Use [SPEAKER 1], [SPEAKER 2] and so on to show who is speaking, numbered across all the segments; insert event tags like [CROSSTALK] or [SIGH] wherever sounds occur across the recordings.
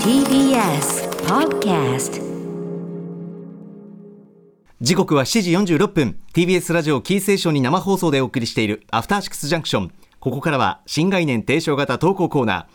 [SPEAKER 1] TBS Podcast
[SPEAKER 2] 時刻は7時46分 TBS ラジオキーステーションに生放送でお送りしているアフターシックスジャンクションここからは新概念提唱型投稿コーナー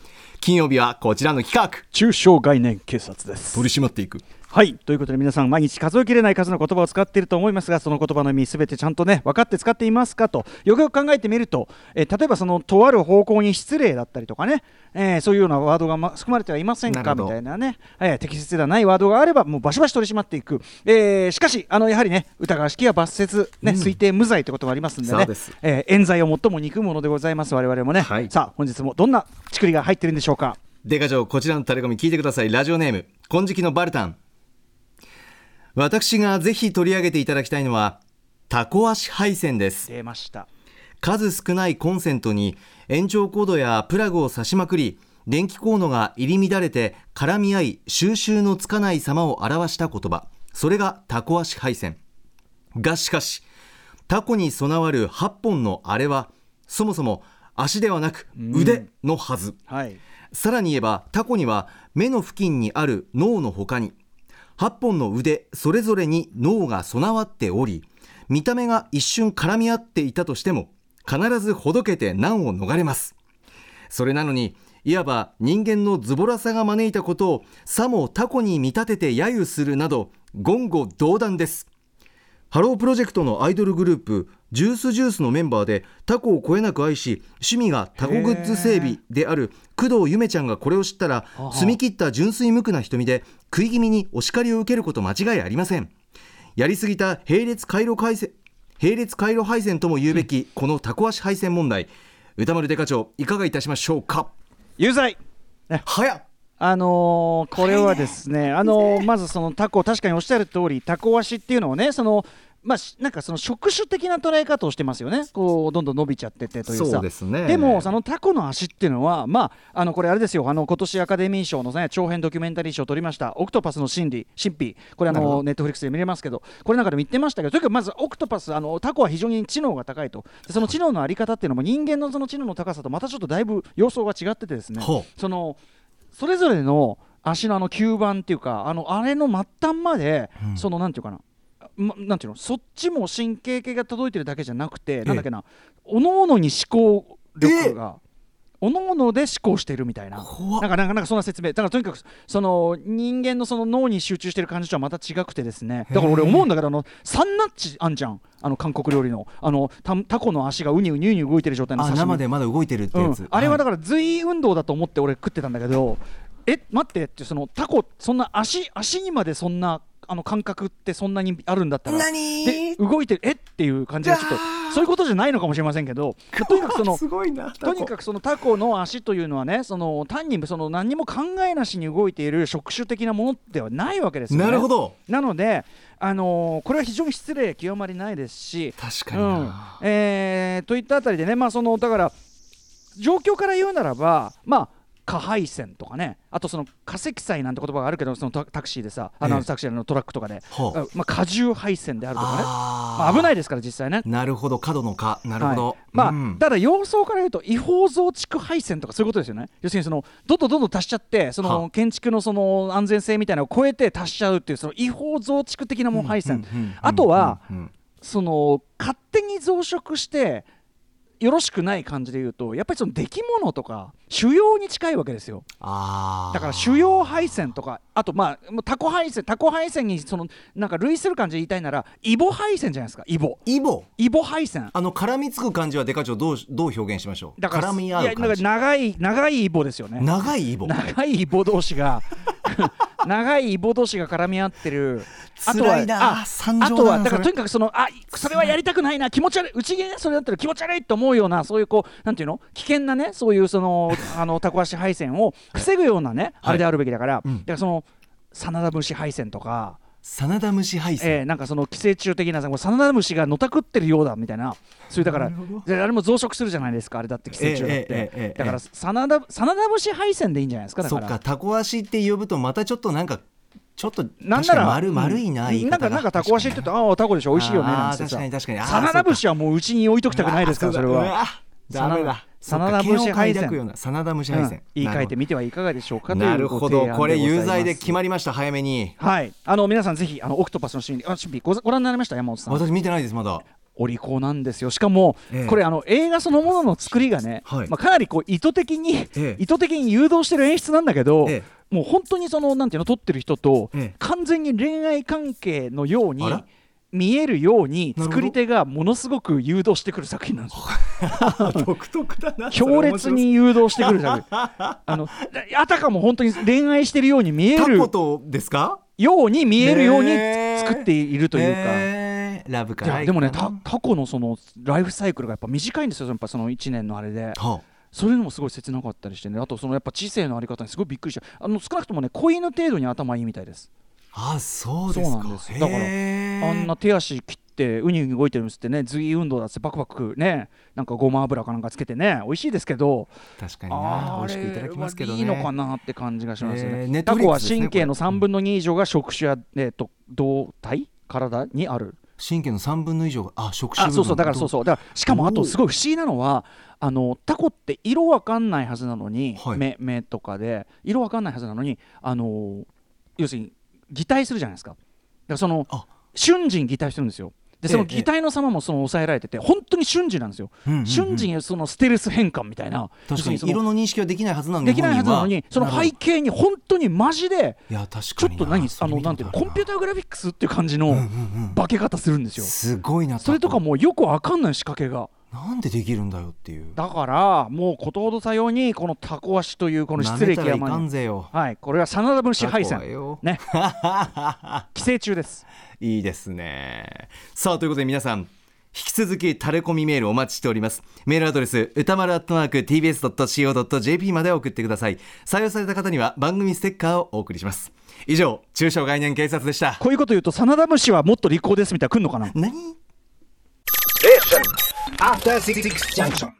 [SPEAKER 2] 金曜日はこちらの企画
[SPEAKER 3] 中小概念警察です。
[SPEAKER 2] 取り締まっていく
[SPEAKER 3] はいということで皆さん毎日数えきれない数の言葉を使っていると思いますがその言葉の意味すべてちゃんとね分かって使っていますかとよくよく考えてみると、えー例えばそのとある方向に失礼だったりとかね、えーそういうようなワードが、ま、含まれてはいません
[SPEAKER 2] な
[SPEAKER 3] か
[SPEAKER 2] るほ
[SPEAKER 3] み
[SPEAKER 2] ど
[SPEAKER 3] たいなね、えー適切ではないワードがあればもうバシバシ取り締まっていく、えーしかしあのやはりね疑わしきは罰せず、ね推定無罪ということもありますんで
[SPEAKER 2] そう
[SPEAKER 3] ね
[SPEAKER 2] です、
[SPEAKER 3] えー冤罪を最も憎むものでございます我々もね、
[SPEAKER 2] はい
[SPEAKER 3] さあ本日もどんなちくりが入ってるんでしょうか
[SPEAKER 2] デカ嬢こちらのタレコミ聞いてくださいラジオネーム金色のバルタン私がぜひ取り上げていただきたいのはタコ足配線です
[SPEAKER 3] 出ました
[SPEAKER 2] 数少ないコンセントに延長コードやプラグを差しまくり電気コードが入り乱れて絡み合い収集のつかない様を表した言葉それがタコ足配線がしかしタコに備わる8本のあれはそもそも足ではなく腕のはず、
[SPEAKER 3] はい
[SPEAKER 2] さらに言えばタコには目の付近にある脳の他に8本の腕それぞれに脳が備わっており見た目が一瞬絡み合っていたとしても必ずほどけて難を逃れますそれなのにいわば人間のズボラさが招いたことをさもタコに見立てて揶揄するなど言語道断ですハロープロジェクトのアイドルグループジュースジュースのメンバーでタコをこえなく愛し趣味がタコグッズ整備である工藤ゆめちゃんがこれを知ったら
[SPEAKER 3] は
[SPEAKER 2] 澄み切った純粋無垢な瞳で食い気味にお叱りを受けること間違いありませんやりすぎた並列回路回線並列回路配線とも言うべきこのタコ足配線問題歌丸デカ長いかがいたしましょうか
[SPEAKER 3] 有罪
[SPEAKER 2] 早っ
[SPEAKER 3] あのーこれはですね、あのーまずそのタコ、確かにおっしゃる通り、タコ足っていうのをね、そのまあ、しなんかその触手的な捉え方をしてますよね、こうどんどん伸びちゃってってというさ、
[SPEAKER 2] そうですね
[SPEAKER 3] でも、そのタコの足っていうのは、まあ、あのこれ、あれですよ、あの今年アカデミー賞の、ね、長編ドキュメンタリー賞を取りました、オクトパスの真理、神秘、これあ
[SPEAKER 2] なるほ
[SPEAKER 3] の、
[SPEAKER 2] ど
[SPEAKER 3] ネットフリックスで見れますけど、これなんかでも言ってましたけど、とにかくまずオクトパス、あのタコは非常に知能が高いと、でその知能のあり方っていうのも、人間のその知能の高さとまたちょっとだいぶ様相が違っててですね。
[SPEAKER 2] ほ
[SPEAKER 3] そのそれぞれの足のあの吸盤っていうかあのあれの末端まで、
[SPEAKER 2] うん
[SPEAKER 3] そのなんていうかな、ま、なんていうのそっちも神経系が届いてるだけじゃなくて、
[SPEAKER 2] え
[SPEAKER 3] なんだっけなおのおのに思考力が、おのおので思考してるみたいな。
[SPEAKER 2] 怖
[SPEAKER 3] なんかなんかなんかそんな説明だからとにかくその人間のその脳に集中してる感じとはまた違くてですねだから俺思うんだけどあのサンナッチあんじゃんあの韓国料理のあのたタコの足がウニウニウニ動いてる状態の
[SPEAKER 2] あ
[SPEAKER 3] 刺身
[SPEAKER 2] 生でまだ動いてるってやつ、
[SPEAKER 3] うん、あれはだ
[SPEAKER 2] か
[SPEAKER 3] から随運動だと思って俺食ってたんだけどえ待ってってそのタコそんな足足にまでそんなあの感覚ってそんなにあるんだったら
[SPEAKER 2] 何
[SPEAKER 3] で動いてるえっていう感じがちょっと
[SPEAKER 2] うわー
[SPEAKER 3] そういうことじゃないのかもしれませんけ [LAUGHS] どまあとにかくその
[SPEAKER 2] すごいな
[SPEAKER 3] とにかくそのタコの足というのはねその単にその何にも考えなしに動いている触手的なものではないわけですよね。
[SPEAKER 2] なるほど
[SPEAKER 3] なので、あのーこれは非常に失礼極まりないですし
[SPEAKER 2] 確かにな、
[SPEAKER 3] うんえーといったあたりでね、まあ、そのだから状況から言うならば、まあ、下配線とかねあとその化石祭なんて言葉があるけどそのタタクシーでさあの、
[SPEAKER 2] ええ
[SPEAKER 3] タクシーのトラックとかで、
[SPEAKER 2] ほう
[SPEAKER 3] あまあ、荷重配線であるとかね
[SPEAKER 2] あ
[SPEAKER 3] まあ、危ないいですから実際ね。
[SPEAKER 2] なるほど角のかなるほど、
[SPEAKER 3] はいまあ
[SPEAKER 2] うん
[SPEAKER 3] ただ様相から言うと違法増築配線とかそういうことですよね要するにそのどんどんどんどん足しちゃってそ
[SPEAKER 2] は
[SPEAKER 3] の建築のその安全性みたいなのを超えて足しちゃうっていうその違法増築的なもん配線、
[SPEAKER 2] うんうんうんうん
[SPEAKER 3] あとは、
[SPEAKER 2] うんうん
[SPEAKER 3] その勝手に増殖してよろしくない感じで言うとやっぱりその出来物とか腫瘍に近いわけですよ
[SPEAKER 2] あー
[SPEAKER 3] だから腫瘍配線とかあとまあもうタコ配線タコ配線にそのなんか類する感じで言いたいならイボ配線じゃないですかイボ
[SPEAKER 2] イボ
[SPEAKER 3] イボ配線
[SPEAKER 2] あの絡みつく感じはデカ長どうどう表現しましょう
[SPEAKER 3] だから
[SPEAKER 2] 絡み合
[SPEAKER 3] いうや
[SPEAKER 2] 感
[SPEAKER 3] だか
[SPEAKER 2] じ
[SPEAKER 3] ら長い長いイボですよね
[SPEAKER 2] 長いイボ
[SPEAKER 3] 長いイボ同士が [LAUGHS] 長いイボ同士が絡み合ってるあとは
[SPEAKER 2] 辛いな
[SPEAKER 3] あ
[SPEAKER 2] 惨状だ
[SPEAKER 3] あ
[SPEAKER 2] な
[SPEAKER 3] とはだか
[SPEAKER 2] それ
[SPEAKER 3] らとにかくそのあそれはやりたくないな気持ち悪いうちにそれだったら気持ち悪いと思うようなそういうこうなんていうの危険なねそういうそのあのタコ足配線を防ぐようなね、あれであるべきだから、
[SPEAKER 2] うん
[SPEAKER 3] だからその真田節配線とか、
[SPEAKER 2] 真田虫配線、
[SPEAKER 3] えーなんかその寄生虫的なさもう真田虫がのたくってるようだみたいなそういうだか
[SPEAKER 2] な
[SPEAKER 3] ら
[SPEAKER 2] るほど
[SPEAKER 3] であれも増殖するじゃないですかあれだって寄生虫だって、
[SPEAKER 2] ええええええ
[SPEAKER 3] だから真田真田節配線でいいんじゃないですかだか
[SPEAKER 2] そ
[SPEAKER 3] ら
[SPEAKER 2] っかタコ足って呼ぶとまたちょっとなんかちょっと
[SPEAKER 3] なんなら
[SPEAKER 2] 確かに丸丸いな、
[SPEAKER 3] うん
[SPEAKER 2] 言い
[SPEAKER 3] なん
[SPEAKER 2] 方
[SPEAKER 3] か
[SPEAKER 2] が
[SPEAKER 3] なんかタコ足って言うとああタコでしょ美味しいよね
[SPEAKER 2] あー
[SPEAKER 3] なんてさ
[SPEAKER 2] 確かに確かにあー
[SPEAKER 3] サナダ節はもううちに置いときたくないですからそれ
[SPEAKER 2] うわ
[SPEAKER 3] は
[SPEAKER 2] ダメだそ
[SPEAKER 3] 真
[SPEAKER 2] っか
[SPEAKER 3] 田
[SPEAKER 2] 剣
[SPEAKER 3] 無
[SPEAKER 2] を
[SPEAKER 3] 視
[SPEAKER 2] 快
[SPEAKER 3] 敗戦
[SPEAKER 2] 諾ような真田無視
[SPEAKER 3] う
[SPEAKER 2] 敗
[SPEAKER 3] ん
[SPEAKER 2] 戦
[SPEAKER 3] 言い換えてみてはいかがでしょうかという
[SPEAKER 2] なるほど
[SPEAKER 3] ご
[SPEAKER 2] なる
[SPEAKER 3] 提案
[SPEAKER 2] ほどこれ有罪で
[SPEAKER 3] ございます
[SPEAKER 2] 決まりました早めに
[SPEAKER 3] はいあの皆さんぜひあのオクトパスのシーンあシンビごご覧になりました山本さん
[SPEAKER 2] 私見てないですま
[SPEAKER 3] [LAUGHS]
[SPEAKER 2] だ
[SPEAKER 3] お利口なんですよしかも、
[SPEAKER 2] ええ
[SPEAKER 3] これあの映画そのものの作りがね、
[SPEAKER 2] はい
[SPEAKER 3] まあ、かなりこう意図的に、
[SPEAKER 2] ええ
[SPEAKER 3] 意図的に誘導してる演出なんだけど、
[SPEAKER 2] え
[SPEAKER 3] もう本当にそのなんていうの撮ってる人と、
[SPEAKER 2] ええ
[SPEAKER 3] 完全に恋愛関係のように
[SPEAKER 2] あら
[SPEAKER 3] 見えるように
[SPEAKER 2] なるほど
[SPEAKER 3] 作り手がものすごく誘導してくる作品なんですよ
[SPEAKER 2] [LAUGHS] 独特だな
[SPEAKER 3] 強烈に誘導してく
[SPEAKER 2] [LAUGHS]
[SPEAKER 3] る作品あのあたかも本当に恋愛してるように見え
[SPEAKER 2] タ
[SPEAKER 3] る
[SPEAKER 2] コとですか
[SPEAKER 3] ように見えるように
[SPEAKER 2] ねえ
[SPEAKER 3] 作っているというか。
[SPEAKER 2] えーラブか
[SPEAKER 3] いやでもねた過去のそのライフサイクルがやっぱ短いんですよやっぱその1年のあれで
[SPEAKER 2] は
[SPEAKER 3] そういうのもすごい切なかったりしてねあとそのやっぱ知性のあり方にすごいびっくりしたあの少なくともね子犬程度に頭いいみたいです
[SPEAKER 2] ああそうです
[SPEAKER 3] そう
[SPEAKER 2] か
[SPEAKER 3] なんですよだから
[SPEAKER 2] へー
[SPEAKER 3] あんな手足切ってウニウニ動いてるんですってね随意運動だってバクバクねなんかごま油かなんかつけてね美味しいですけど
[SPEAKER 2] 確かにな
[SPEAKER 3] あ
[SPEAKER 2] 美
[SPEAKER 3] れ
[SPEAKER 2] 味しくいただきますけどね
[SPEAKER 3] いいのかなって感じがしますよ
[SPEAKER 2] え
[SPEAKER 3] ね
[SPEAKER 2] ーネット
[SPEAKER 3] タ
[SPEAKER 2] フ
[SPEAKER 3] コ
[SPEAKER 2] リッ
[SPEAKER 3] は
[SPEAKER 2] クスですね
[SPEAKER 3] 神経の
[SPEAKER 2] これ
[SPEAKER 3] 3分の2以上が触手や、えー、と胴体体にある
[SPEAKER 2] 神経の3分の以上があ触手部
[SPEAKER 3] あ
[SPEAKER 2] 分
[SPEAKER 3] そうそうだからそうそうだからしかもあ
[SPEAKER 2] お
[SPEAKER 3] と
[SPEAKER 2] ー
[SPEAKER 3] すごい不思議なのはあのタコって色わかんないはずなのに、
[SPEAKER 2] はい
[SPEAKER 3] 目目とかで色わかんないはずなのにあの要するに擬態するじゃないですかだからその
[SPEAKER 2] あ
[SPEAKER 3] 瞬時に擬態してるんですよでその擬態の様もその抑えられてて本当に瞬時なんですよ、
[SPEAKER 2] うんうんうん
[SPEAKER 3] 瞬時にそのステルス変換みたいな
[SPEAKER 2] 確かに
[SPEAKER 3] 要するにそ
[SPEAKER 2] 色
[SPEAKER 3] の
[SPEAKER 2] の認識はできないはずなのに
[SPEAKER 3] できないはずなのにその
[SPEAKER 2] 本人は
[SPEAKER 3] 背景に本当にマジで
[SPEAKER 2] いや確
[SPEAKER 3] ちょ
[SPEAKER 2] か
[SPEAKER 3] っ
[SPEAKER 2] に
[SPEAKER 3] と何
[SPEAKER 2] そ
[SPEAKER 3] あ
[SPEAKER 2] れ
[SPEAKER 3] の
[SPEAKER 2] 見た
[SPEAKER 3] なん
[SPEAKER 2] こ
[SPEAKER 3] てい
[SPEAKER 2] と
[SPEAKER 3] う
[SPEAKER 2] ある
[SPEAKER 3] のコンピューターグラフィックスっていう感じの化け方するんですよ、
[SPEAKER 2] すごいな
[SPEAKER 3] それとか
[SPEAKER 2] も
[SPEAKER 3] もうよくわかんない仕掛けが。
[SPEAKER 2] なんでできるんだよっていう
[SPEAKER 3] だからもうことほどさようにこのタコ足というこの失
[SPEAKER 2] 舐め
[SPEAKER 3] 礼
[SPEAKER 2] た
[SPEAKER 3] 極
[SPEAKER 2] らいか
[SPEAKER 3] ま
[SPEAKER 2] ん
[SPEAKER 3] に
[SPEAKER 2] ぜよ
[SPEAKER 3] はいこれは真田節敗
[SPEAKER 2] タコは
[SPEAKER 3] 戦
[SPEAKER 2] よ
[SPEAKER 3] ね
[SPEAKER 2] [LAUGHS]
[SPEAKER 3] 寄生虫です
[SPEAKER 2] いいですね。さあ、ということで皆さん、引き続きタレコミメールお待ちしております。メールアドレス、歌丸アットマーク tbs.co.jp まで送ってください。採用された方には番組ステッカーをお送りします。以上、中小概念警察でした。
[SPEAKER 3] こういうこと言うと真田節はもっと利口ですみたいなの来んのかな
[SPEAKER 2] 何
[SPEAKER 4] After Six Junction.